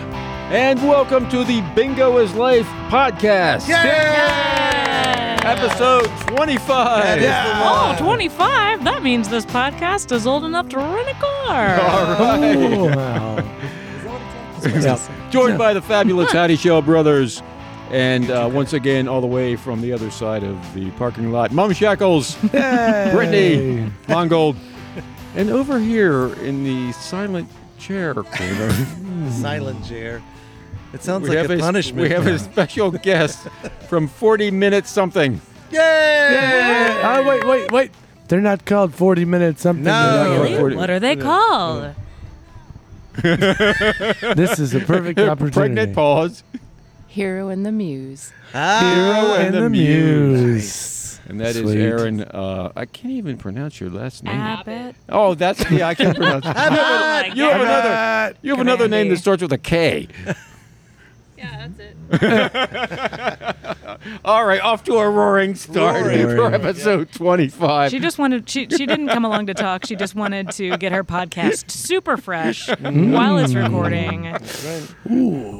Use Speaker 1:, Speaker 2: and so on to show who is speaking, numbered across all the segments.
Speaker 1: and welcome to the Bingo is Life podcast. Episode 25.
Speaker 2: Oh, 25? That means this podcast is old enough to rent a car.
Speaker 1: All right. Joined by the fabulous Howdy Shell brothers. And uh, once again, all the way from the other side of the parking lot, Mom Shackles, Brittany, Mongold, and over here in the silent chair corner,
Speaker 3: Silent chair. It sounds
Speaker 1: we,
Speaker 3: like
Speaker 1: have
Speaker 3: a,
Speaker 1: a,
Speaker 3: punishment.
Speaker 1: we have a special guest from 40 Minutes Something.
Speaker 3: Yay!
Speaker 4: Oh, wait, wait, wait. They're not called 40 minutes something.
Speaker 3: No.
Speaker 4: They're not
Speaker 1: Really?
Speaker 4: called
Speaker 1: forty.
Speaker 2: What are they called?
Speaker 4: 40. This is a perfect opportunity.
Speaker 1: Pregnant pause.
Speaker 5: Hero and the Muse.
Speaker 3: Ah,
Speaker 4: Hero and the Muse.
Speaker 1: And that is
Speaker 4: Sweet.
Speaker 1: Aaron. Uh, I can't even pronounce your last name.
Speaker 2: Abbott.
Speaker 1: oh, that's yeah, I can't pronounce.
Speaker 2: Oh,
Speaker 1: it.
Speaker 2: my
Speaker 1: You have
Speaker 2: God.
Speaker 1: another. You have another name that
Speaker 2: Commandy.
Speaker 1: starts with a K.
Speaker 6: Yeah, that's it.
Speaker 1: All right, off to a roaring start
Speaker 4: Roaring.
Speaker 1: for episode twenty-five.
Speaker 2: She just wanted, she, she didn't come along to talk. She just wanted to get her podcast super fresh
Speaker 5: Mm.
Speaker 2: while it's recording.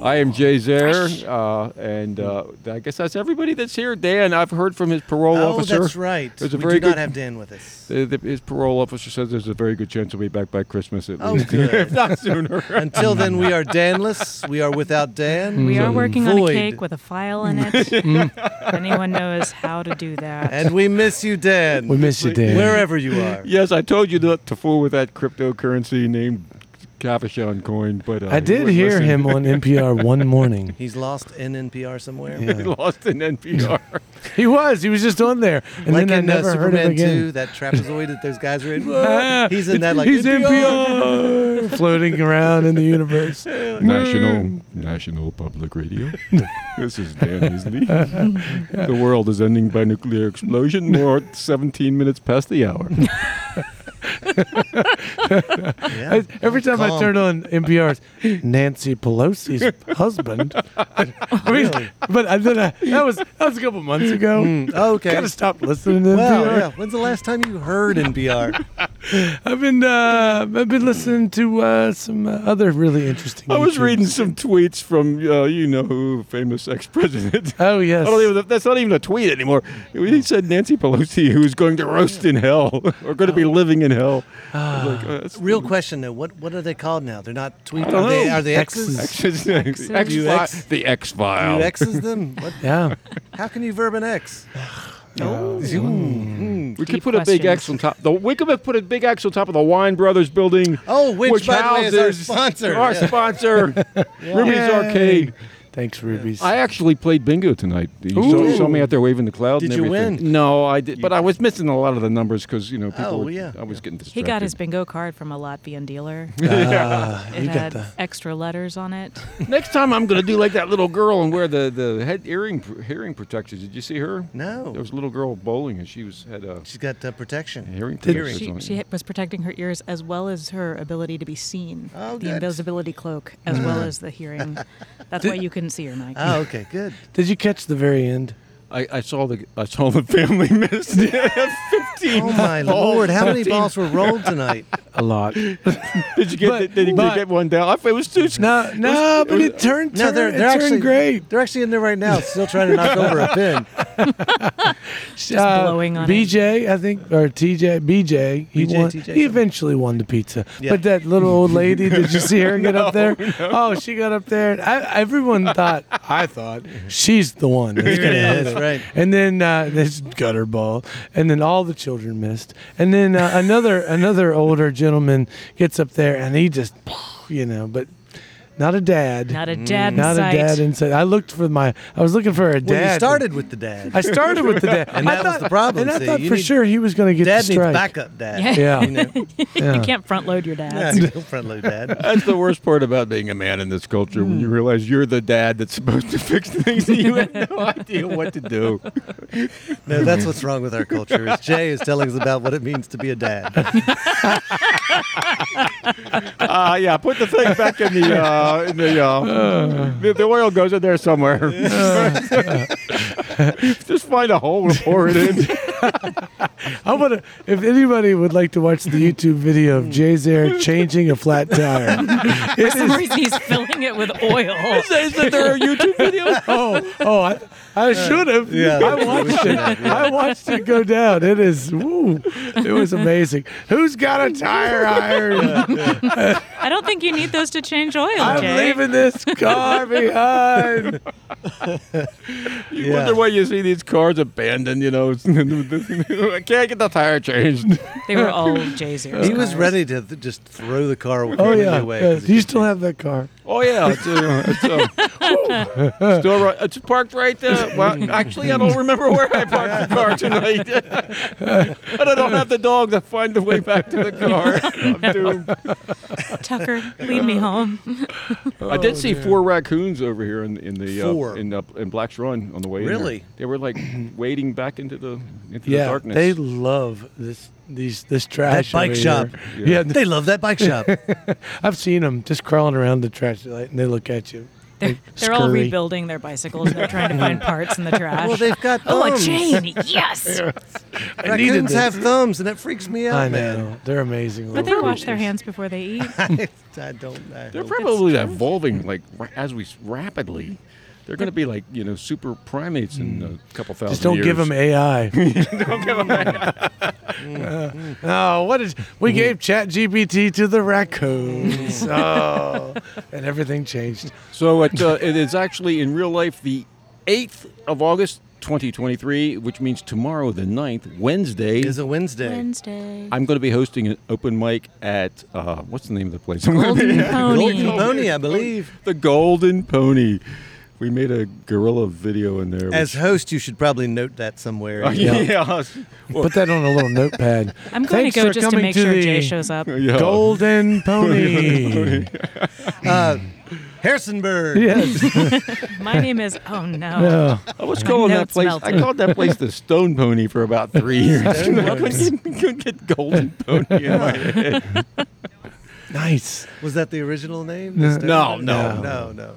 Speaker 1: I am Jay Zaire, uh, and uh, I guess that's everybody that's here. Dan, I've heard from his parole
Speaker 3: Oh,
Speaker 1: officer.
Speaker 3: that's right.
Speaker 1: There's a
Speaker 3: we
Speaker 1: very
Speaker 3: do not
Speaker 1: good-
Speaker 3: have Dan with us
Speaker 1: Uh, the- His parole officer says there's a very good chance he'll be back by Christmas at
Speaker 3: Oh,
Speaker 1: least,
Speaker 3: good.
Speaker 1: if not sooner.
Speaker 3: until then. We are Danless. We are without Dan.
Speaker 2: We
Speaker 5: Mm.
Speaker 2: are working on a
Speaker 3: Void.
Speaker 2: cake with a file in it. If Anyone knows how to do that?
Speaker 3: and we miss you, Dan.
Speaker 4: We miss you, Dan.
Speaker 3: Wherever you are.
Speaker 1: Yes, I told you not to fool with that cryptocurrency named Kafashan coin, but uh,
Speaker 4: I
Speaker 1: he
Speaker 4: did
Speaker 1: wouldn't
Speaker 4: hear
Speaker 1: listen.
Speaker 4: him on NPR one morning.
Speaker 3: He's lost in NPR somewhere.
Speaker 4: Yeah.
Speaker 1: He lost in NPR.
Speaker 4: He was. He was just on there. And
Speaker 3: Like
Speaker 4: then
Speaker 3: in
Speaker 4: I
Speaker 3: uh,
Speaker 4: never heard
Speaker 3: Superman
Speaker 4: him again.
Speaker 3: 2, that trapezoid that those guys are in.
Speaker 4: Ah,
Speaker 3: He's in that like
Speaker 4: He's NPR. floating around in the universe.
Speaker 1: National National Public Radio. this is Dan Easley. the world is ending by nuclear explosion. More 17 minutes past the hour.
Speaker 3: Yeah.
Speaker 4: I, every time I
Speaker 3: Calm.
Speaker 4: turn on NPR's Nancy Pelosi's husband. I mean,
Speaker 3: Really?
Speaker 4: but I, then I, that was that was a couple months ago.
Speaker 3: Oh, okay.
Speaker 4: Gotta stop listening to NPR.
Speaker 3: Wow. Yeah. When's the last time you heard NPR?
Speaker 4: I've been uh, I've been listening to uh, some uh, other really interesting.
Speaker 1: I was
Speaker 4: YouTubes.
Speaker 1: reading some tweets from uh, you know who, famous ex-president.
Speaker 4: Oh yes.
Speaker 1: I don't even, that's not even a tweet anymore. He said Nancy Pelosi, who's going to roast in hell or going to
Speaker 4: Oh.
Speaker 1: be living in hell.
Speaker 4: Ah.
Speaker 1: I was like, uh, that's-
Speaker 3: Real question though. What what are they called now? They're not tweets.
Speaker 1: don't
Speaker 3: Are they,
Speaker 1: know.
Speaker 3: are they X's?
Speaker 1: X is- X Fi-
Speaker 3: You X-
Speaker 1: the X
Speaker 3: You
Speaker 1: file.
Speaker 3: X's them? What?
Speaker 4: yeah.
Speaker 3: How can you verb an X?
Speaker 1: We could
Speaker 2: Deep
Speaker 1: put a big X
Speaker 2: questions.
Speaker 1: on top. The, we could have put a big X on top of the Wine Brothers building.
Speaker 3: Oh, which, by the way, is our
Speaker 1: houses
Speaker 3: sponsor.
Speaker 1: Our
Speaker 3: Yeah.
Speaker 1: sponsor, Ruby's
Speaker 4: Yay.
Speaker 1: Arcade.
Speaker 4: Thanks, Rubies.
Speaker 1: I actually played bingo tonight. You saw, you saw me out there waving the cloud.
Speaker 3: Did
Speaker 1: and
Speaker 3: you
Speaker 1: everything.
Speaker 3: win?
Speaker 1: No, I did, but I was missing a lot of the numbers because you know people.
Speaker 3: Oh,
Speaker 1: were,
Speaker 3: yeah.
Speaker 1: I was getting distracted.
Speaker 2: He got his bingo card from a Latvian dealer.
Speaker 4: Ah,
Speaker 2: It
Speaker 4: you got
Speaker 2: had
Speaker 4: the.
Speaker 2: extra letters on it.
Speaker 1: Next time I'm gonna do like that little girl and wear the the head earring hearing protectors. Did you see her?
Speaker 3: No.
Speaker 1: There was a little girl bowling and she was had a
Speaker 3: She's got uh, protection.
Speaker 1: hearing
Speaker 4: Did-
Speaker 1: protectors
Speaker 2: She,
Speaker 1: on.
Speaker 2: she ha- was protecting her ears as well as her ability to be seen.
Speaker 3: Oh,
Speaker 2: the
Speaker 3: good.
Speaker 2: invisibility cloak as well as the hearing. That's why you couldn't see her, Mike.
Speaker 3: Oh, okay, good.
Speaker 4: Did you catch the very end?
Speaker 1: I, I saw the I saw the family miss fifteen.
Speaker 3: Oh my
Speaker 1: balls.
Speaker 3: lord, how many
Speaker 1: 15.
Speaker 3: balls were rolled tonight?
Speaker 4: A lot.
Speaker 1: Did you get
Speaker 4: But-
Speaker 1: did, you
Speaker 4: but-
Speaker 1: get one down? I, it was too.
Speaker 4: No, no, but it turned.
Speaker 3: No,
Speaker 4: turned-
Speaker 3: they're
Speaker 4: it
Speaker 3: they're
Speaker 4: turned
Speaker 3: actually
Speaker 4: great.
Speaker 3: They're actually in there right now, still trying to knock over a pin.
Speaker 4: Just
Speaker 2: blowing on it.
Speaker 4: BJ, Uh, I think, or TJ, BJ. He
Speaker 3: BJ,
Speaker 4: won.
Speaker 3: TJ,
Speaker 4: he
Speaker 3: something.
Speaker 4: eventually won the pizza.
Speaker 3: Yeah.
Speaker 4: But that little old lady, did you see her get up there? Oh, she got up there. and I, everyone thought, I thought, she's the one. that's
Speaker 3: Here it
Speaker 4: gonna hit
Speaker 3: is, right?
Speaker 4: And then uh, this gutter ball, and then all the children missed. And then uh, another another older gentleman gets up there, and he just, you know, but not a dad,
Speaker 2: Not a dad in
Speaker 4: not
Speaker 2: sight.
Speaker 4: a dad inside. I looked for my, I was looking for a dad.
Speaker 3: Well, you started with the dad.
Speaker 4: I started with the dad,
Speaker 3: And
Speaker 4: I
Speaker 3: that was the problem,
Speaker 4: And I
Speaker 3: see,
Speaker 4: thought
Speaker 3: you
Speaker 4: for
Speaker 3: need-
Speaker 4: sure he was going to get
Speaker 3: dad
Speaker 4: the
Speaker 3: needs
Speaker 4: strike.
Speaker 3: backup dad.
Speaker 4: Yeah.
Speaker 3: You know?
Speaker 2: You can't front load your dad.
Speaker 3: yeah, no front load dad.
Speaker 1: That's the worst part about being a man in this culture when you realize you're the dad that's supposed to fix things and you have no idea what to do.
Speaker 3: No, that's what's wrong with our culture. Is Jay is telling us about what it means to be a dad.
Speaker 1: Uh, yeah, put the thing back in the uh, in the, uh, the the oil goes in there somewhere. Just find a hole and pour it in.
Speaker 4: I want to. If anybody would like to watch the YouTube video of Jay's air changing a flat tire, it
Speaker 2: For some
Speaker 4: is.
Speaker 2: reason, he's filling it with oil.
Speaker 1: Is that there are YouTube videos?
Speaker 4: Oh, oh, I, I should have.
Speaker 3: yeah,
Speaker 4: I
Speaker 3: we
Speaker 4: watched
Speaker 3: should
Speaker 4: it.
Speaker 3: have, yeah.
Speaker 4: I watched it go down. It is. Woo, it was amazing. Who's got a tire iron?
Speaker 2: I don't think you need those to change oil,
Speaker 4: I'm
Speaker 2: Jay.
Speaker 4: leaving this car behind.
Speaker 1: You
Speaker 3: Yeah.
Speaker 1: wonder why you see these cars abandoned, you know. I can't get the tire changed.
Speaker 2: They were all Jay's ears.
Speaker 3: He was
Speaker 2: cars.
Speaker 3: ready to th- just throw the car
Speaker 4: Oh
Speaker 3: completely
Speaker 4: yeah,
Speaker 3: away.
Speaker 4: yeah.
Speaker 3: 'cause he
Speaker 4: Do you
Speaker 3: just-
Speaker 4: still have that car?
Speaker 1: Oh yeah, it's, uh, it's, uh, still right, it's parked right there. Well, actually, I don't remember where I parked the car tonight, but I don't have the dog to find the way back to the car. I'm doomed.
Speaker 2: Tucker, lead me home.
Speaker 1: I
Speaker 4: Oh,
Speaker 1: did see four raccoons over here in in the uh,
Speaker 3: Four.
Speaker 1: in uh, in Black's Run on the way. in there.
Speaker 3: Really?
Speaker 1: They were like wading back into the into the
Speaker 4: Yeah,
Speaker 1: darkness.
Speaker 4: they love this these this
Speaker 3: That
Speaker 4: trash.
Speaker 3: bike
Speaker 4: over here.
Speaker 3: shop.
Speaker 4: Yeah,
Speaker 3: They love that bike shop.
Speaker 4: I've seen them just crawling around the trash light, and they look at you.
Speaker 2: They're, they're all
Speaker 4: Scurry.
Speaker 2: rebuilding their bicycles. They're trying to find parts in the trash.
Speaker 3: well, they've got
Speaker 2: oh, a
Speaker 3: thumbs.
Speaker 2: chain. Yes.
Speaker 4: I
Speaker 3: Raccoons have thumbs, and that freaks me out,
Speaker 4: I
Speaker 3: man.
Speaker 4: know they're amazing.
Speaker 2: But they
Speaker 4: little
Speaker 2: wash their
Speaker 4: creatures.
Speaker 2: hands before they eat.
Speaker 3: I don't know.
Speaker 1: They're probably evolving like ra- as we s- rapidly. They're going to be like you know super primates in a couple thousand.
Speaker 4: Hmm. Just don't
Speaker 1: years.
Speaker 4: give them AI. oh, what is? We gave Chat GPT to the raccoons. Oh, and everything changed.
Speaker 1: So it, uh, it is actually in real life the eighth of August, 2023, which means tomorrow the 9th, Wednesday.
Speaker 3: It's a Wednesday.
Speaker 2: Wednesday.
Speaker 1: I'm going to be hosting an open mic at uh, what's the name of the place?
Speaker 2: Golden
Speaker 3: Golden
Speaker 2: pony.
Speaker 3: Pony, I believe.
Speaker 1: the Golden Pony. We made a gorilla video in there.
Speaker 3: As
Speaker 1: which-
Speaker 3: host, you should probably note that somewhere. in your-
Speaker 1: Oh, yeah. yeah.
Speaker 4: Put that on a little notepad.
Speaker 2: I'm going
Speaker 4: Thanks
Speaker 2: to go
Speaker 4: for
Speaker 2: just to
Speaker 4: coming
Speaker 2: make
Speaker 4: to
Speaker 2: sure
Speaker 4: the
Speaker 2: Jay shows up.
Speaker 4: Golden pony.
Speaker 3: Uh, Harrisonburg.
Speaker 4: yes.
Speaker 2: My name is. Oh no.
Speaker 4: Oh,
Speaker 1: I was calling that
Speaker 2: notes
Speaker 1: place. I
Speaker 2: melted.
Speaker 1: called that place the Stone Pony for about three years. I couldn't get, couldn't get Golden Pony in my head.
Speaker 4: nice.
Speaker 3: Was that the original name?
Speaker 4: No,
Speaker 1: no, no.
Speaker 3: no, no, no.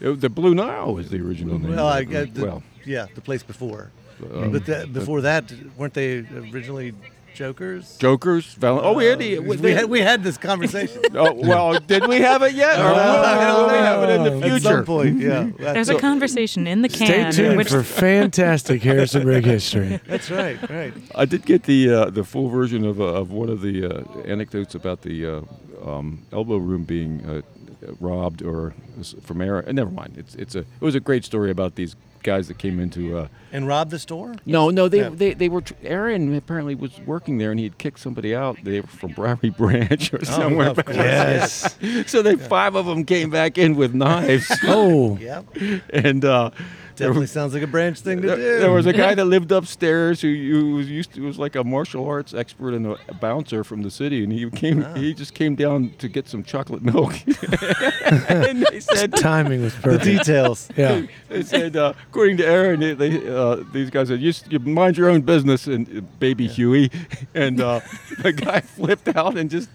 Speaker 1: It- the Blue Nile was the original name.
Speaker 3: Well, I, I,
Speaker 1: of it.
Speaker 3: the,
Speaker 1: well,
Speaker 3: yeah, the place before.
Speaker 1: um,
Speaker 3: but that, before that, weren't they originally Jokers?
Speaker 1: Jokers, Valen. Oh, we had, the-
Speaker 3: Uh,
Speaker 1: we-
Speaker 3: we had we had this conversation
Speaker 1: Oh well, did we have it yet, or will we have it in the
Speaker 3: at some
Speaker 1: future?
Speaker 3: point. Yeah, that's,
Speaker 2: There's a conversation in the
Speaker 4: Stay
Speaker 2: can.
Speaker 4: tuned
Speaker 2: which
Speaker 4: for fantastic Harrisonburg history.
Speaker 3: that's right, right.
Speaker 1: I did get the uh, the full version of, uh, of one of the uh, anecdotes about the uh, um, elbow room being uh, robbed or s- from error. Uh, never mind. It's it's a it was a great story about these guys that came into. Uh,
Speaker 3: And rob the store.
Speaker 1: no, no, they,
Speaker 3: Yeah.
Speaker 1: they they were. Tr- Aaron apparently was working there, and he had kicked somebody out. They were from Bribery Branch or somewhere.
Speaker 3: Oh, of course.
Speaker 4: Yes.
Speaker 1: so they five of them came back in with knives,
Speaker 4: Oh.
Speaker 3: Yeah,
Speaker 1: and uh, there
Speaker 3: definitely sounds like a branch thing to
Speaker 1: There,
Speaker 3: do.
Speaker 1: there was a guy that lived upstairs who, who was used to was like a martial arts expert and a bouncer from the city, and he came. He just came down to get some chocolate milk, and they said.
Speaker 4: Timing was
Speaker 3: the
Speaker 4: perfect.
Speaker 3: details.
Speaker 4: yeah.
Speaker 1: They said, uh, according to Aaron, they, they, uh, these guys said, you, s- you mind your own business, and uh, baby Huey, and uh, the guy flipped out and just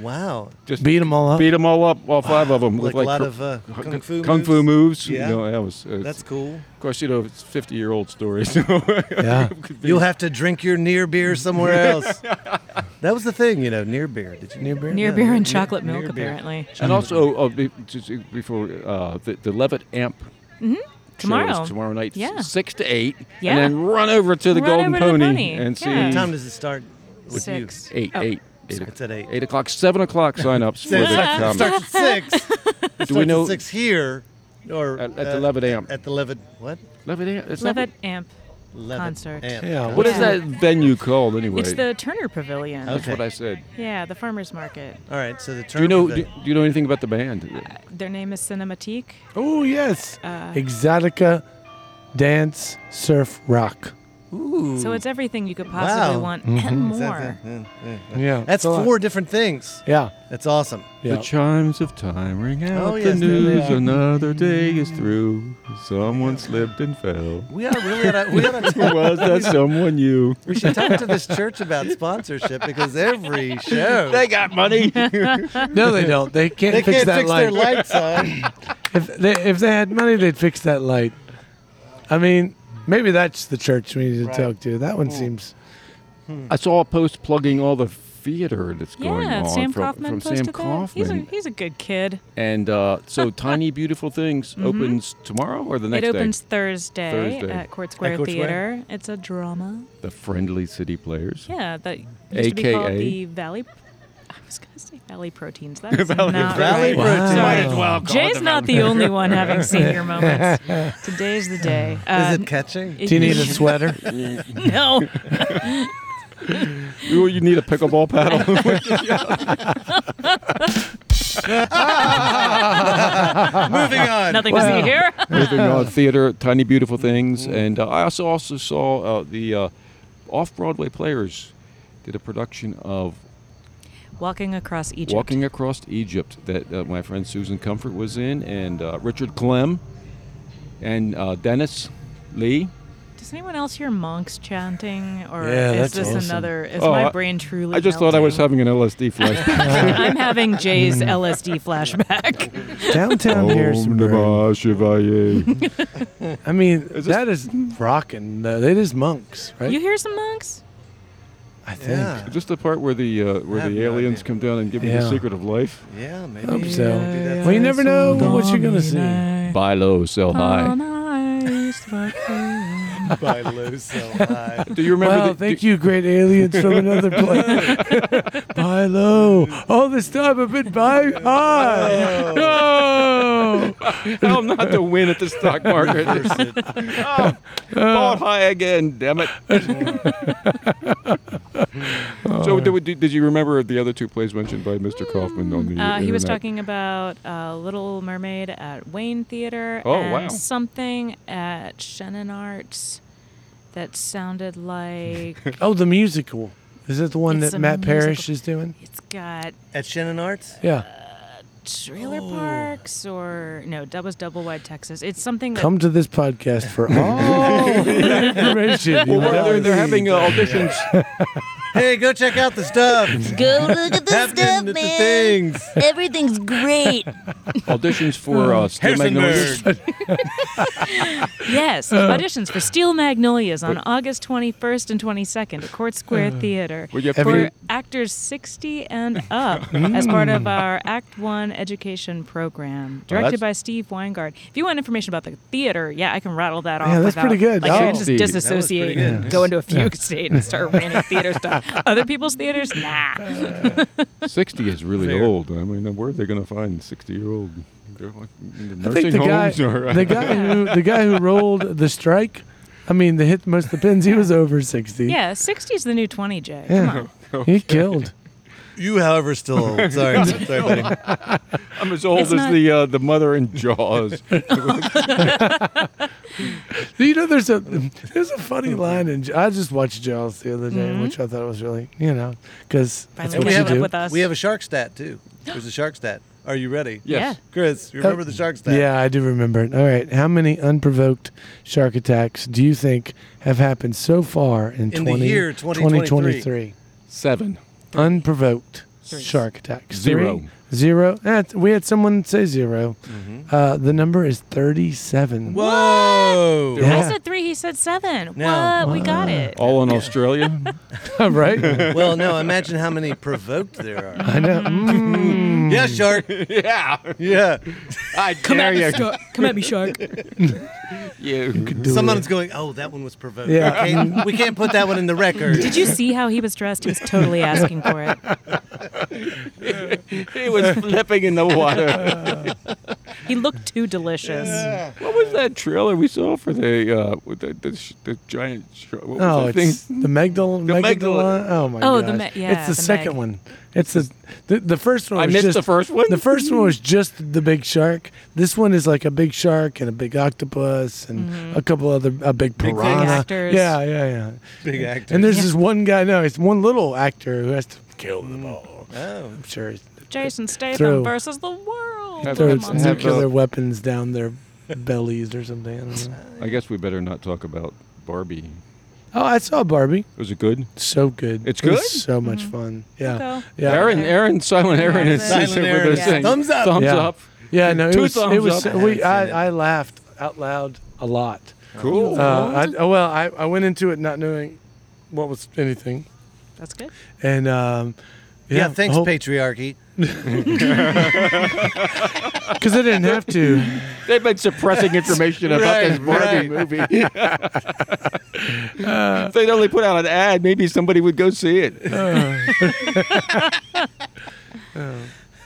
Speaker 3: Wow,
Speaker 1: just
Speaker 4: Beat them all up.
Speaker 1: beat 'em all up, all five of them,
Speaker 3: like,
Speaker 1: with
Speaker 3: a lot
Speaker 1: cr-
Speaker 3: of uh, kung fu
Speaker 1: kung fu moves. You
Speaker 3: Yeah.
Speaker 1: know, that was uh,
Speaker 3: That's cool.
Speaker 1: of course you know it's fifty year old story, so
Speaker 4: yeah.
Speaker 3: You'll have to drink your near beer somewhere else. that was the thing, you know, near beer. Did you
Speaker 4: Near beer?
Speaker 2: near
Speaker 3: Yeah,
Speaker 2: beer and
Speaker 3: near-
Speaker 2: chocolate
Speaker 3: near
Speaker 2: milk,
Speaker 3: beer.
Speaker 2: apparently.
Speaker 1: And also, uh, be- just, uh, before uh, the, the Levitt Amp show
Speaker 2: Mm-hmm. Tomorrow.
Speaker 1: is tomorrow night, s-
Speaker 2: Yeah.
Speaker 1: six to eight,
Speaker 2: Yeah.
Speaker 1: and then run over to the
Speaker 2: Run
Speaker 1: Golden
Speaker 2: over to the
Speaker 1: Pony,
Speaker 2: Pony,
Speaker 1: and
Speaker 2: yeah.
Speaker 1: see
Speaker 3: What time does it start? With
Speaker 2: Six.
Speaker 1: eight,
Speaker 2: Oh.
Speaker 1: eight, eight,
Speaker 3: You? It's at eight.
Speaker 1: eight o'clock, seven o'clock sign-ups for the
Speaker 3: Six. It
Speaker 1: comedy
Speaker 3: starts at six.
Speaker 1: Do we know
Speaker 3: at six here, or
Speaker 1: at, at the
Speaker 3: uh,
Speaker 1: Levitt Amp?
Speaker 3: At the Levitt what?
Speaker 1: Levitt Amp. It's not-
Speaker 2: Levitt Amp.
Speaker 3: Levitt
Speaker 2: Concert.
Speaker 3: Amp.
Speaker 4: Yeah,
Speaker 1: What is
Speaker 2: Yeah.
Speaker 1: that venue called anyway?
Speaker 2: It's the Turner Pavilion.
Speaker 1: That's
Speaker 3: Okay.
Speaker 1: what I said.
Speaker 2: Yeah, the farmers market.
Speaker 3: All right. So the term.
Speaker 1: Do you know?
Speaker 3: of
Speaker 1: Do,
Speaker 3: the-
Speaker 1: do you know anything about the band?
Speaker 2: Their name is Cinematique.
Speaker 4: Oh yes,
Speaker 2: Uh,
Speaker 4: Exotica, dance, surf, rock.
Speaker 3: Ooh.
Speaker 2: so it's everything you could possibly
Speaker 3: Wow.
Speaker 2: want
Speaker 4: Mhm.
Speaker 2: and
Speaker 3: Is that-
Speaker 2: more.
Speaker 3: mm, mm, mm.
Speaker 4: Yeah,
Speaker 3: That's
Speaker 4: it's a lot.
Speaker 3: four different things.
Speaker 4: Yeah,
Speaker 3: That's awesome.
Speaker 1: The
Speaker 4: yeah.
Speaker 1: chimes of time ring out
Speaker 3: Oh,
Speaker 1: the
Speaker 3: yes, there they
Speaker 1: news.
Speaker 3: are.
Speaker 1: Another day is through. Someone slipped and fell.
Speaker 3: We ought to really ought to, we ought to,
Speaker 1: Who was that someone you?
Speaker 3: we should talk to this church about sponsorship because every show
Speaker 1: They got money.
Speaker 4: no, they don't. They can't
Speaker 3: they
Speaker 4: fix
Speaker 3: can't
Speaker 4: that
Speaker 3: fix
Speaker 4: light.
Speaker 3: their lights on.
Speaker 4: If they if they had money, they'd fix that light. I mean, Maybe that's the church we need to
Speaker 3: Right.
Speaker 4: talk to. That one seems.
Speaker 1: I saw a post plugging all the theater that's going
Speaker 2: yeah,
Speaker 1: on
Speaker 2: Sam
Speaker 1: from,
Speaker 2: Kaufman
Speaker 1: from
Speaker 2: posted
Speaker 1: Sam
Speaker 2: that.
Speaker 1: Kaufman.
Speaker 2: He's, a, he's a good kid.
Speaker 1: and uh, so Tiny Beautiful Things opens tomorrow or the next
Speaker 2: it
Speaker 1: day?
Speaker 2: opens Thursday,
Speaker 1: Thursday.
Speaker 2: at Court Square
Speaker 3: Court Square.
Speaker 2: Theater. It's a drama.
Speaker 1: The Friendly City Players.
Speaker 2: Yeah, that used to be called
Speaker 1: AKA.
Speaker 2: the Valley. I was gonna say Valley Proteins. That's
Speaker 1: Valley-
Speaker 2: not
Speaker 3: Valley
Speaker 2: right.
Speaker 4: Proteins.
Speaker 2: Sorry.
Speaker 4: Might as
Speaker 3: well call it
Speaker 2: Jay's
Speaker 3: the
Speaker 2: not the only one having senior moments. Today's the day.
Speaker 3: Is
Speaker 2: Um,
Speaker 3: it catching?
Speaker 4: Do you need a sweater?
Speaker 2: no?
Speaker 1: You, you need a pickleball paddle.
Speaker 3: Moving on.
Speaker 2: Nothing to see here.
Speaker 1: Moving on, uh, theater, Tiny Beautiful Things,
Speaker 2: Mm-hmm.
Speaker 1: and uh, I also also saw uh, the uh, Off Broadway Players did a production of
Speaker 2: Walking across Egypt.
Speaker 1: Walking Across Egypt that uh, my friend Susan Comfort was in, and uh, Richard Clem, and uh, Dennis Lee.
Speaker 2: Does anyone else hear monks chanting, or
Speaker 4: Yeah,
Speaker 2: is
Speaker 4: that's
Speaker 2: this
Speaker 4: awesome.
Speaker 2: another? Is
Speaker 1: Oh, I-
Speaker 2: my brain truly?
Speaker 1: I just thought I was
Speaker 2: melting?
Speaker 1: having an LSD flash.
Speaker 2: I'm having Jay's LSD flashback.
Speaker 4: Downtown
Speaker 1: Om
Speaker 4: Harrisonburg.
Speaker 1: Namah Shivaya.
Speaker 4: I mean,
Speaker 1: Is this-
Speaker 4: that is rocking. Though. It is monks, right?
Speaker 2: You hear some monks?
Speaker 4: I think.
Speaker 3: Yeah.
Speaker 1: just the part where the uh,
Speaker 3: I
Speaker 1: where
Speaker 3: have
Speaker 1: the
Speaker 3: no
Speaker 1: aliens
Speaker 3: idea.
Speaker 1: come down and give me
Speaker 4: Yeah.
Speaker 1: the secret of life.
Speaker 3: Yeah, maybe.
Speaker 4: Hope so.
Speaker 3: Maybe that's
Speaker 4: Well, you
Speaker 3: it.
Speaker 4: never know what you're gonna see.
Speaker 1: Buy low, sell high.
Speaker 3: By low, so high.
Speaker 1: Do you remember?
Speaker 4: Wow,
Speaker 1: the,
Speaker 4: thank
Speaker 1: do,
Speaker 4: you, great aliens from another planet. buy low. All this time I've been buying high. Oh. No.
Speaker 1: Hell, not to win at the stock market.
Speaker 3: Reverse it.
Speaker 1: Bought high again, damn it. so, did, we- did, did you remember the other two plays mentioned by Mr. Kaufman on the?
Speaker 2: Uh, he was
Speaker 1: internet?
Speaker 2: talking about uh, Little Mermaid at Wayne Theater
Speaker 1: Oh,
Speaker 2: and
Speaker 1: wow.
Speaker 2: something at Shannon Arts that sounded like
Speaker 4: Oh, the musical. Is it the one
Speaker 2: It's
Speaker 4: that
Speaker 2: a
Speaker 4: Matt Parrish
Speaker 2: musical.
Speaker 4: is doing?
Speaker 2: it's got
Speaker 3: At Shannon Arts?
Speaker 4: Yeah.
Speaker 2: trailer
Speaker 1: Oh.
Speaker 2: parks or no, that was Double Wide Texas. It's something that
Speaker 4: Come to this podcast for all the information. you
Speaker 1: Well,
Speaker 4: never
Speaker 1: they're, they're having
Speaker 4: need.
Speaker 1: uh, auditions.
Speaker 3: Hey, go check out the stuff.
Speaker 7: Go look at the stuff,
Speaker 3: Happening at the
Speaker 7: man.
Speaker 3: things.
Speaker 7: Everything's great.
Speaker 1: auditions for uh, Steel Magnolias.
Speaker 2: yes auditions for Steel Magnolias on August 21st and 22nd at Court Square
Speaker 1: Uh.
Speaker 2: Theater.
Speaker 1: Would you have
Speaker 4: Have
Speaker 1: to-
Speaker 4: you-
Speaker 2: for actors 60 and up as part of our Act One education program,
Speaker 1: that's-
Speaker 2: directed by Steve Weingard. If you want information about the theater, yeah, I can rattle that off.
Speaker 4: Yeah, that's
Speaker 2: without-
Speaker 4: pretty good.
Speaker 2: Like, I
Speaker 1: Oh.
Speaker 2: can just
Speaker 1: Steve, that was
Speaker 2: disassociate
Speaker 3: pretty
Speaker 2: and go into a fugue state and start ranting theater stuff. Other people's theaters, nah.
Speaker 1: Sixty is really
Speaker 3: Fair.
Speaker 1: old. I mean, where are they going to find sixty-year-old? They're like in the
Speaker 4: I
Speaker 1: Nursing
Speaker 4: think the guy,
Speaker 1: homes or
Speaker 4: the guy who, the guy who rolled the strike. I mean, the hit most of the pins. He was over sixty.
Speaker 2: Yeah, 60 is the new 20, Jay. Come
Speaker 4: Yeah.
Speaker 2: on.
Speaker 4: He killed.
Speaker 3: You, however, still old. Sorry, sorry, buddy.
Speaker 1: I'm as old
Speaker 2: It's
Speaker 1: as
Speaker 2: not-
Speaker 1: the uh, the mother in Jaws.
Speaker 4: Do You know, there's a there's a funny line, and I just watched Jaws the other day, which I thought was really, you know, because that's
Speaker 2: Finally
Speaker 4: what
Speaker 3: we
Speaker 4: you
Speaker 2: catching
Speaker 3: have
Speaker 2: up
Speaker 4: do.
Speaker 2: with us.
Speaker 3: We have a shark stat too. There's a shark stat. Are you ready?
Speaker 1: Yes.
Speaker 3: Chris, you remember the shark stat?
Speaker 4: Yeah, I do remember it. All right, how many unprovoked shark attacks do you think have happened so far in,
Speaker 3: In the
Speaker 4: 20
Speaker 3: year 2023?
Speaker 4: 2023?
Speaker 1: Seven.
Speaker 4: Unprovoked
Speaker 2: Three.
Speaker 4: shark attacks.
Speaker 1: Zero.
Speaker 4: Three? Zero. That's- we had someone say 0
Speaker 2: Mm-hmm.
Speaker 4: Uh, the number is 37.
Speaker 3: Whoa!
Speaker 4: Yeah.
Speaker 2: I said three, he said seven.
Speaker 3: No.
Speaker 2: What? We got it.
Speaker 1: All in Australia.
Speaker 4: right?
Speaker 3: Well, no. Imagine how many provoked there are.
Speaker 4: I know. Mm.
Speaker 3: yeah, shark.
Speaker 1: yeah.
Speaker 3: Yeah.
Speaker 1: I dare you.
Speaker 2: Come at me, shark.
Speaker 1: you.
Speaker 4: Do
Speaker 3: Someone's going. Oh, that one was provoked.
Speaker 4: Yeah.
Speaker 3: We, can't, we can't put that one in the record.
Speaker 2: Did you see how he was dressed? He was totally asking for it.
Speaker 1: He was flipping in the water.
Speaker 2: He looked too delicious.
Speaker 1: What was that trailer we saw for the uh, with the, the, sh- the giant? Sh- what was
Speaker 4: Oh,
Speaker 1: that thing?
Speaker 4: it's the Magdal-
Speaker 1: The
Speaker 4: Magdalena. Oh my
Speaker 2: Oh,
Speaker 4: gosh.
Speaker 2: the Ma- yeah,
Speaker 4: It's the,
Speaker 2: the
Speaker 4: second
Speaker 2: Mag.
Speaker 4: one. It's the, the the first one.
Speaker 1: I
Speaker 4: was
Speaker 1: missed
Speaker 4: just-
Speaker 1: the first one?
Speaker 4: The first one was just the big shark. This one is like a big shark and a big octopus and a couple other a big piranha.
Speaker 2: Mm-hmm. actors.
Speaker 4: Yeah, yeah, yeah.
Speaker 3: Big actor.
Speaker 4: And there's this one guy. No, it's one little actor who has to kill them
Speaker 2: Mm.
Speaker 4: all.
Speaker 3: oh.
Speaker 4: I'm sure he
Speaker 2: Jason Statham
Speaker 4: Throw-
Speaker 2: versus the world.
Speaker 1: Have-
Speaker 2: Come
Speaker 4: throws
Speaker 2: on.
Speaker 1: have-
Speaker 4: nuclear
Speaker 1: uh,
Speaker 4: weapons down their bellies or something. I don't know.
Speaker 1: I guess we better not talk about Barbie.
Speaker 4: Oh, I saw Barbie.
Speaker 1: Was it good?
Speaker 4: So good.
Speaker 1: It's
Speaker 4: It was
Speaker 1: good?
Speaker 4: so much
Speaker 3: Mm-hmm.
Speaker 4: fun. Yeah.
Speaker 2: Go.
Speaker 4: Yeah.
Speaker 1: Aaron, Aaron, silent Aaron is
Speaker 3: Silent
Speaker 1: is over
Speaker 3: Aaron.
Speaker 1: there
Speaker 3: Yeah.
Speaker 1: saying
Speaker 3: Thumbs up.
Speaker 1: Thumbs
Speaker 4: Yeah.
Speaker 1: up.
Speaker 4: Yeah, no, it
Speaker 1: Two
Speaker 4: was.
Speaker 1: thumbs
Speaker 4: It was.
Speaker 1: up.
Speaker 4: We,
Speaker 3: I haven't seen
Speaker 4: I, I laughed out loud a lot.
Speaker 1: Cool.
Speaker 4: Uh, I, well, I, I went into it not knowing what was anything,
Speaker 2: That's good.
Speaker 4: and um,
Speaker 3: Yeah, thanks,
Speaker 4: hope-
Speaker 3: patriarchy.
Speaker 4: Because I didn't have to.
Speaker 1: They've been suppressing information about this Barbie
Speaker 3: right.
Speaker 1: movie. if they'd only put out an ad, maybe somebody would go see it.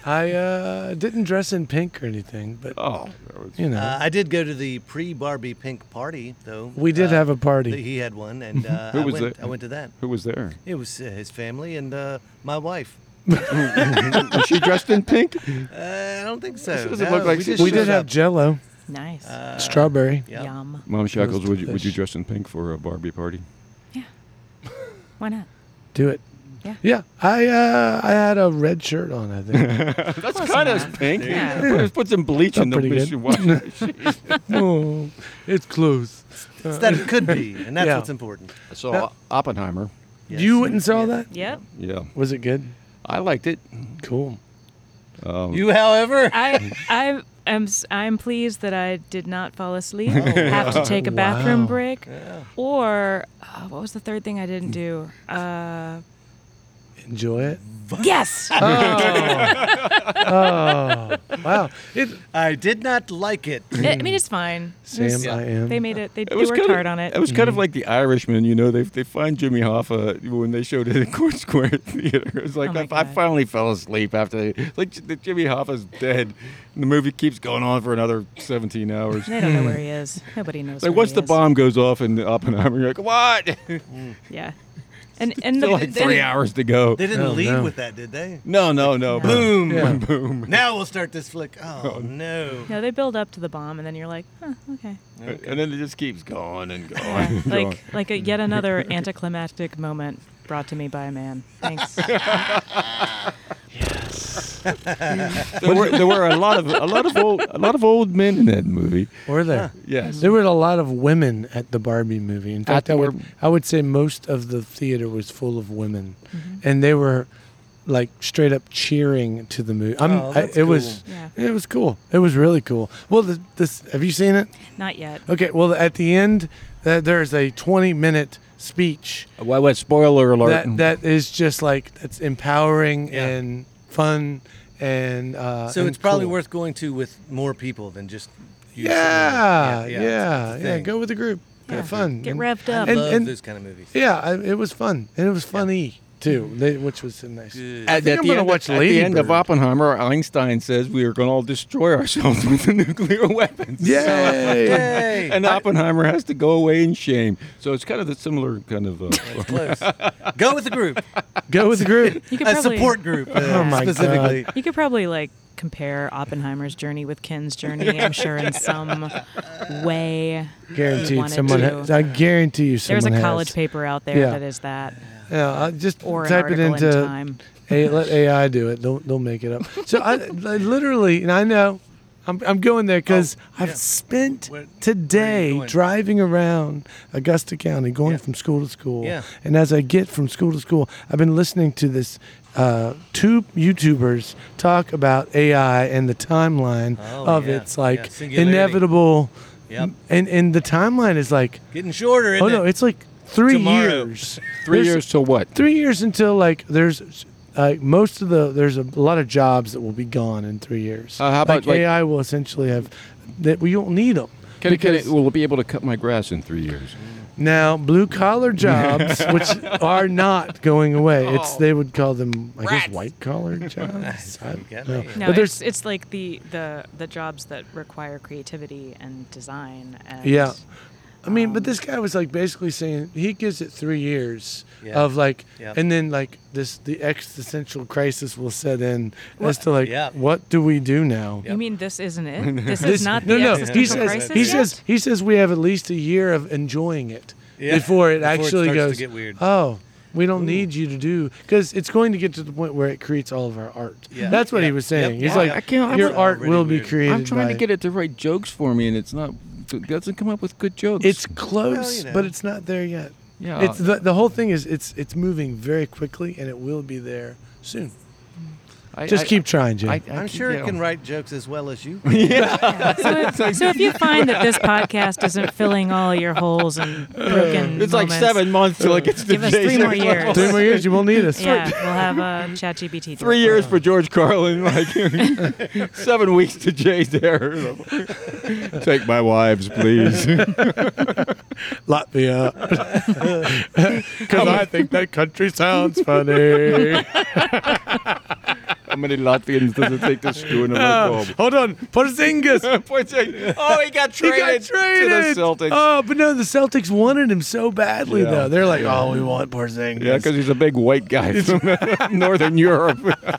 Speaker 4: I uh, didn't dress in pink or anything, but
Speaker 1: Oh,
Speaker 4: you know,
Speaker 3: Uh, I did go to the pre-Barbie pink party, though.
Speaker 4: we did
Speaker 3: Uh,
Speaker 4: have a
Speaker 3: th-
Speaker 4: party.
Speaker 3: He had one, and uh,
Speaker 1: Who
Speaker 3: I,
Speaker 1: was
Speaker 3: went,
Speaker 1: that?
Speaker 3: I went to that.
Speaker 1: who was there?
Speaker 3: It was uh, his family and uh, my wife.
Speaker 1: Was she dressed in pink?
Speaker 3: Uh, I don't think so.
Speaker 1: This doesn't look like she-
Speaker 3: just
Speaker 4: We did
Speaker 3: showed
Speaker 4: have
Speaker 3: up. Uh,
Speaker 4: Jello,
Speaker 2: Nice.
Speaker 1: Uh,
Speaker 4: strawberry.
Speaker 3: yeah.
Speaker 2: Yum.
Speaker 1: Mom Shackles, would you, would you
Speaker 4: fish.
Speaker 1: dress in pink for a Barbie party?
Speaker 2: Why not?
Speaker 4: Do it.
Speaker 2: Yeah.
Speaker 4: Yeah, I uh, I had a red shirt on. I think.
Speaker 1: That's
Speaker 2: Close
Speaker 1: kind of
Speaker 2: enough.
Speaker 1: pink.
Speaker 2: Yeah.
Speaker 1: Put, put some bleach in the
Speaker 4: Not pretty oh, it's close.
Speaker 3: It's that it could be, and that's
Speaker 4: Yeah.
Speaker 3: what's important.
Speaker 1: I saw Oppenheimer.
Speaker 3: Yes.
Speaker 4: You went and saw that?
Speaker 2: Yep.
Speaker 1: Yeah,
Speaker 4: Was it good?
Speaker 1: I liked it.
Speaker 4: Cool.
Speaker 3: You, however,
Speaker 2: I I am s- I'm pleased that I did not fall asleep, have to take a bathroom
Speaker 4: Wow.
Speaker 2: break, or uh, what was the third thing I didn't do? Uh,
Speaker 4: Enjoy it.
Speaker 2: yes,
Speaker 4: Wow. It,
Speaker 3: I did not like it.
Speaker 2: I mean it's fine.
Speaker 4: Sam, I am.
Speaker 2: They made it. They, they
Speaker 1: was
Speaker 2: worked
Speaker 1: kind
Speaker 2: hard
Speaker 1: of,
Speaker 2: on it.
Speaker 1: It was kind
Speaker 4: Mm-hmm.
Speaker 1: of like The Irishman, you know. They they find Jimmy Hoffa when they showed it at Court Square Theater. It was like
Speaker 2: Oh my
Speaker 1: I, I
Speaker 2: God.
Speaker 1: finally fell asleep after they, like the Jimmy Hoffa's dead, and the movie keeps going on for another seventeen hours.
Speaker 2: they don't know where he
Speaker 4: Hmm.
Speaker 2: is. Nobody knows.
Speaker 1: Like
Speaker 2: where
Speaker 1: once
Speaker 2: he
Speaker 1: the
Speaker 2: is.
Speaker 1: bomb goes off in Oppenheimer, you're like, what?
Speaker 2: Yeah, and and the,
Speaker 1: Still like
Speaker 2: then-
Speaker 1: three hours to go.
Speaker 3: They didn't
Speaker 4: Oh,
Speaker 3: lead
Speaker 4: no.
Speaker 3: with that, did they?
Speaker 1: No, no, no. Boom.
Speaker 4: Yeah.
Speaker 1: Boom.
Speaker 3: Now we'll start this flick. Oh no!
Speaker 2: No, they build up to the bomb, and then you're like, huh, okay.
Speaker 1: And then it just keeps going and going.
Speaker 2: Yeah,
Speaker 1: and going.
Speaker 2: like like a, yet another anticlimactic moment brought to me by a man. Thanks.
Speaker 1: there, were, there were a lot of a lot of old a lot of old men in that movie.
Speaker 4: Were there?
Speaker 1: Yes.
Speaker 4: There were a lot of women at the Barbie movie. In fact,
Speaker 1: the
Speaker 4: I would
Speaker 1: Barbie-
Speaker 4: I would say most of the theater was full of women, and they were like straight up cheering to the movie. I'm,
Speaker 3: Oh,
Speaker 4: I, it
Speaker 3: that's
Speaker 4: was
Speaker 2: cool.
Speaker 4: it was cool. It was really cool. Well, the, this have you seen it?
Speaker 2: Not yet.
Speaker 4: Okay. Well, at the end, uh, there's a 20 minute speech
Speaker 1: Why? What? Spoiler alert.
Speaker 4: that that is just like that's empowering
Speaker 3: Yeah.
Speaker 4: and fun and uh,
Speaker 3: So
Speaker 4: and
Speaker 3: it's probably
Speaker 4: cool.
Speaker 3: worth going to with more people than just. You
Speaker 4: Yeah,
Speaker 3: sitting there.
Speaker 4: yeah,
Speaker 3: it's-
Speaker 4: yeah.
Speaker 3: it's a thing.
Speaker 4: Go with the group.
Speaker 2: Yeah.
Speaker 4: Have fun.
Speaker 2: Get
Speaker 4: And-
Speaker 2: revved
Speaker 3: I
Speaker 2: up.
Speaker 4: and-
Speaker 3: love
Speaker 4: and-
Speaker 3: those kind of movies.
Speaker 4: Yeah, I, it was fun, and it was funny too,
Speaker 2: Mm-hmm.
Speaker 4: they, which was nice.
Speaker 1: At,
Speaker 4: think I'm
Speaker 1: the
Speaker 4: gonna
Speaker 1: end,
Speaker 4: watch
Speaker 1: at the end of
Speaker 4: Ladybird.
Speaker 1: Oppenheimer, Einstein says we are going to all destroy ourselves with the nuclear weapons.
Speaker 4: Yay!
Speaker 3: Yay!
Speaker 4: uh,
Speaker 1: And Oppenheimer has to go away in shame. So it's kind of the similar kind of. Uh,
Speaker 3: Close. Go with the group.
Speaker 4: Go with the group.
Speaker 2: You could
Speaker 3: A
Speaker 2: probably
Speaker 3: support group. uh,
Speaker 4: Oh my God.
Speaker 3: specifically.
Speaker 2: You could probably like compare Oppenheimer's journey with Kin's journey. I'm sure in some way.
Speaker 4: Guaranteed,
Speaker 2: wanted
Speaker 4: someone.
Speaker 2: to.
Speaker 4: Has, I guarantee you, someone
Speaker 2: There's a
Speaker 4: has.
Speaker 2: college paper out there
Speaker 4: Yeah.
Speaker 2: that is that,
Speaker 4: Yeah, I just
Speaker 2: or
Speaker 4: type
Speaker 2: an
Speaker 4: it
Speaker 2: article
Speaker 4: into
Speaker 2: in Time.
Speaker 4: A, let AI do it. Don't don't make it up. So I, I literally, and I know, I'm, I'm going there because I've spent
Speaker 3: Oh, Where- where are you
Speaker 4: today
Speaker 3: going?
Speaker 4: driving around Augusta County, going
Speaker 3: Yeah.
Speaker 4: from school to school.
Speaker 3: Yeah.
Speaker 4: And as I get from school to school, I've been listening to this uh, two YouTubers talk about AI and the timeline
Speaker 3: Oh,
Speaker 4: of
Speaker 3: yeah.
Speaker 4: its like
Speaker 3: Yeah, singularity.
Speaker 4: inevitable.
Speaker 3: Yep.
Speaker 4: And and the timeline is like,
Speaker 3: Getting shorter. Isn't
Speaker 4: oh no,
Speaker 3: it?
Speaker 4: it's like three
Speaker 3: Tomorrow.
Speaker 4: years.
Speaker 1: three
Speaker 4: There's-
Speaker 1: years till what?
Speaker 4: three years until like there's uh, most of the there's a lot of jobs that will be gone in three years.
Speaker 1: Uh, how about, like-
Speaker 4: AI will essentially have that we don't need them
Speaker 1: Can, can it, will it be able to cut my grass in three years?
Speaker 4: now blue collar jobs which are not going away. It's they would call them I guess white collar jobs. I don't
Speaker 3: got
Speaker 4: know.
Speaker 3: me.
Speaker 2: No,
Speaker 4: but there's
Speaker 2: it's, it's like the, the the jobs that require creativity and design. And
Speaker 4: yeah. I mean, but this guy was like basically saying he gives it three years
Speaker 3: Yeah.
Speaker 4: of like,
Speaker 3: Yeah.
Speaker 4: and then like this the existential crisis will set in as to like,
Speaker 3: Yeah.
Speaker 4: what do we do now?
Speaker 2: You mean this isn't it? This
Speaker 4: This-
Speaker 2: is not
Speaker 4: no,
Speaker 2: the
Speaker 4: no.
Speaker 2: existential
Speaker 4: He says
Speaker 2: crisis.
Speaker 4: he
Speaker 2: yet?
Speaker 4: says he says we have at least a year of enjoying it
Speaker 3: Yeah.
Speaker 4: before it
Speaker 3: Before it
Speaker 4: actually
Speaker 3: starts to
Speaker 4: goes.
Speaker 3: get weird.
Speaker 4: Oh, we don't need you to do because it's going to get to the point where it creates all of our art.
Speaker 3: Yeah.
Speaker 4: That's what he
Speaker 3: Yeah.
Speaker 4: was saying.
Speaker 3: Yep.
Speaker 4: He's
Speaker 3: Yeah.
Speaker 4: like,
Speaker 3: I
Speaker 1: can't- I'm
Speaker 4: your
Speaker 1: not-
Speaker 4: art
Speaker 3: Already
Speaker 4: will be
Speaker 3: weird.
Speaker 4: created.
Speaker 1: I'm trying to
Speaker 4: by-
Speaker 1: get it to write jokes for me, and it's not. It doesn't come up with good jokes.
Speaker 4: It's close,
Speaker 3: know.
Speaker 4: but it's not there yet.
Speaker 1: yeah.
Speaker 3: Oh.
Speaker 4: It's the the whole thing is it's it's moving very quickly and it will be there soon.
Speaker 8: I,
Speaker 4: Just
Speaker 8: I-
Speaker 4: keep trying, Jim.
Speaker 8: I, I
Speaker 3: I'm
Speaker 8: keep-
Speaker 3: sure
Speaker 8: yeah.
Speaker 3: it can write jokes as well as you.
Speaker 2: So if, so if you find that this podcast isn't filling all your holes and broken
Speaker 1: It's like
Speaker 2: moments,
Speaker 1: seven months till it gets to
Speaker 2: Give us three
Speaker 1: Jason
Speaker 2: more years.
Speaker 4: Three more years, you won't need us.
Speaker 2: Yeah, we'll have uh, a chat GPT.
Speaker 1: Three years for George Carlin, like seven weeks to Jay Dare. Take my wives, please.
Speaker 4: Latvia. Because I think that country sounds funny.
Speaker 1: How many Latvians does it take to screw in a light bulb?
Speaker 4: Hold on. Porzingis.
Speaker 1: Oh, he got
Speaker 4: Oh. He
Speaker 1: traded,
Speaker 4: got traded.
Speaker 1: to the Celtics.
Speaker 4: Oh, but no, the Celtics wanted him so badly,
Speaker 1: Yeah.
Speaker 4: though. They're like, oh, we want Porzingis.
Speaker 1: yeah, because he's a big white guy from Northern Europe.
Speaker 4: They're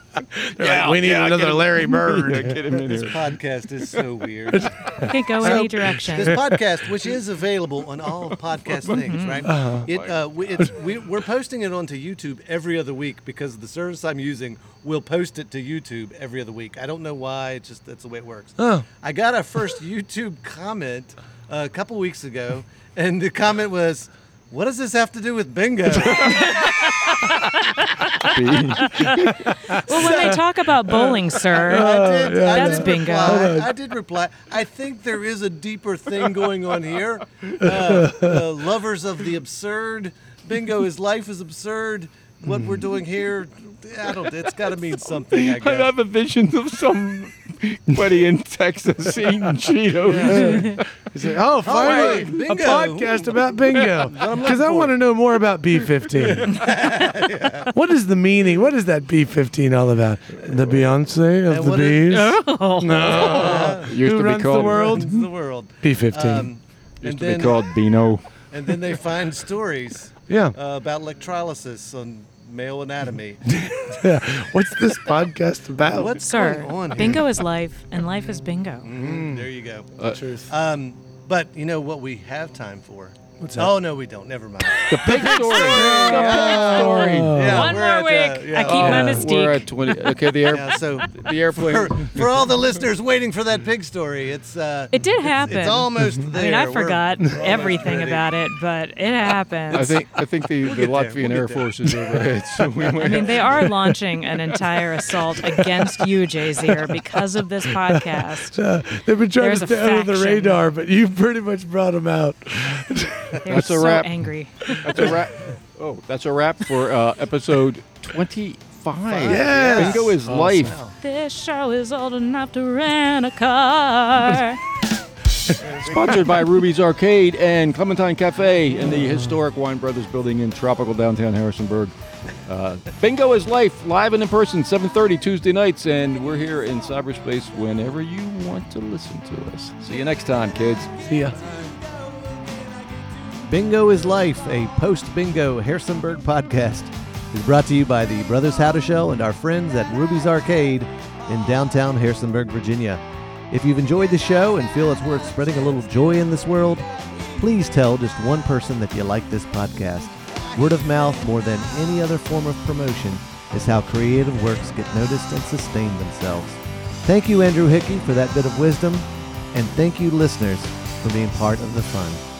Speaker 4: like, we need
Speaker 1: yeah, get
Speaker 4: another
Speaker 1: him.
Speaker 4: Larry
Speaker 1: Yeah,
Speaker 4: Bird.
Speaker 1: get him in
Speaker 3: This
Speaker 1: here.
Speaker 3: podcast is so weird.
Speaker 2: Could go
Speaker 3: So,
Speaker 2: any direction.
Speaker 3: This podcast, which is available on all podcast things, right? It, uh, we, it's, we, we're posting it onto YouTube every other week because the service I'm using will post it to YouTube every other week. I don't know why. It's just that's the way it works.
Speaker 4: Oh.
Speaker 3: I got our first YouTube comment uh, a couple weeks ago, and the comment was, "What does this have to do with bingo?"
Speaker 2: well, when they talk about bowling, sir,
Speaker 1: Oh,
Speaker 3: I did, I
Speaker 2: That's
Speaker 3: did
Speaker 2: bingo.
Speaker 3: Reply. I did reply. I think there is a deeper thing going on here. Uh, uh, lovers of the absurd. Bingo is life is absurd. What we're doing here, I don't. It's got to mean something. I
Speaker 1: I
Speaker 3: guess.
Speaker 1: have a vision of somebody in Texas eating Cheetos.
Speaker 4: He's like, oh, finally,
Speaker 3: right,
Speaker 4: a
Speaker 3: bingo.
Speaker 4: podcast about bingo. Because I want to know more about B15. What is the meaning? What is that B15 all about? The Beyonce
Speaker 3: And
Speaker 4: of the
Speaker 3: what is-
Speaker 4: bees?
Speaker 1: Used
Speaker 4: Who runs the world?
Speaker 3: It's the world.
Speaker 4: B15.
Speaker 3: Um, and
Speaker 1: Used to
Speaker 3: then,
Speaker 1: be called Beano.
Speaker 3: and then they find stories
Speaker 4: yeah.
Speaker 3: uh, about electrolysis on male anatomy.
Speaker 4: yeah. What's this podcast about?
Speaker 3: What's
Speaker 2: sir,
Speaker 3: going on here? Mm.
Speaker 2: bingo is life, and life is bingo.
Speaker 3: There you go.
Speaker 4: truth?
Speaker 3: Um, but you know what we have time for? What's that? Oh no, we don't. Never mind.
Speaker 1: The big story.
Speaker 4: Oh.
Speaker 3: Yeah,
Speaker 2: One
Speaker 3: we're
Speaker 2: more
Speaker 3: at, uh,
Speaker 2: week.
Speaker 3: yeah,
Speaker 2: I keep
Speaker 3: oh,
Speaker 2: my
Speaker 4: yeah.
Speaker 1: We're
Speaker 2: mystique.
Speaker 1: at 20. Okay, the, air,
Speaker 3: yeah, so
Speaker 1: the airplane.
Speaker 3: for, for all the listeners waiting for that pig story, it's uh,
Speaker 2: It did
Speaker 3: It's,
Speaker 2: happen.
Speaker 3: it's almost
Speaker 2: I
Speaker 3: there.
Speaker 2: mean, I
Speaker 3: We're-
Speaker 2: forgot
Speaker 3: we're almost
Speaker 2: everything
Speaker 3: ready.
Speaker 2: about it, but it happens.
Speaker 1: I think I think the, the
Speaker 3: get there,
Speaker 1: Latvian
Speaker 3: we'll get
Speaker 1: Air
Speaker 3: there.
Speaker 1: Force is overhead, so we might
Speaker 2: I mean, they are launching an entire assault against you, Jay Zier, because of this podcast.
Speaker 4: Uh, they've been trying
Speaker 2: There's
Speaker 4: to
Speaker 2: a
Speaker 4: stay under the
Speaker 2: faction.
Speaker 4: radar, but you pretty much brought them out.
Speaker 2: They're
Speaker 1: That's a
Speaker 2: so
Speaker 1: wrap.
Speaker 2: angry.
Speaker 1: That's a wrap. Oh, that's a wrap for uh, episode 25.
Speaker 4: Yes.
Speaker 1: Bingo is life.
Speaker 2: This show is old enough to rent a car.
Speaker 1: Sponsored by Ruby's Arcade and Clementine Cafe in the historic Wine Brothers building in tropical downtown Harrisonburg. Uh, Bingo is life, live and in person, 7.30 Tuesday nights, and we're here in cyberspace whenever you want to listen to us. See you next time, kids.
Speaker 4: See ya.
Speaker 3: Bingo is Life, a post bingo Harrisonburg podcast, is brought to you by the Brothers How to Show and our friends at Ruby's Arcade in downtown Harrisonburg, Virginia. If you've enjoyed the show and feel it's worth spreading a little joy in this world, please tell just one person that you like this podcast. Word of mouth, more than any other form of promotion, is how creative works get noticed and sustain themselves. Thank you, Andrew Hickey, for that bit of wisdom, and thank you, listeners, for being part of the fun.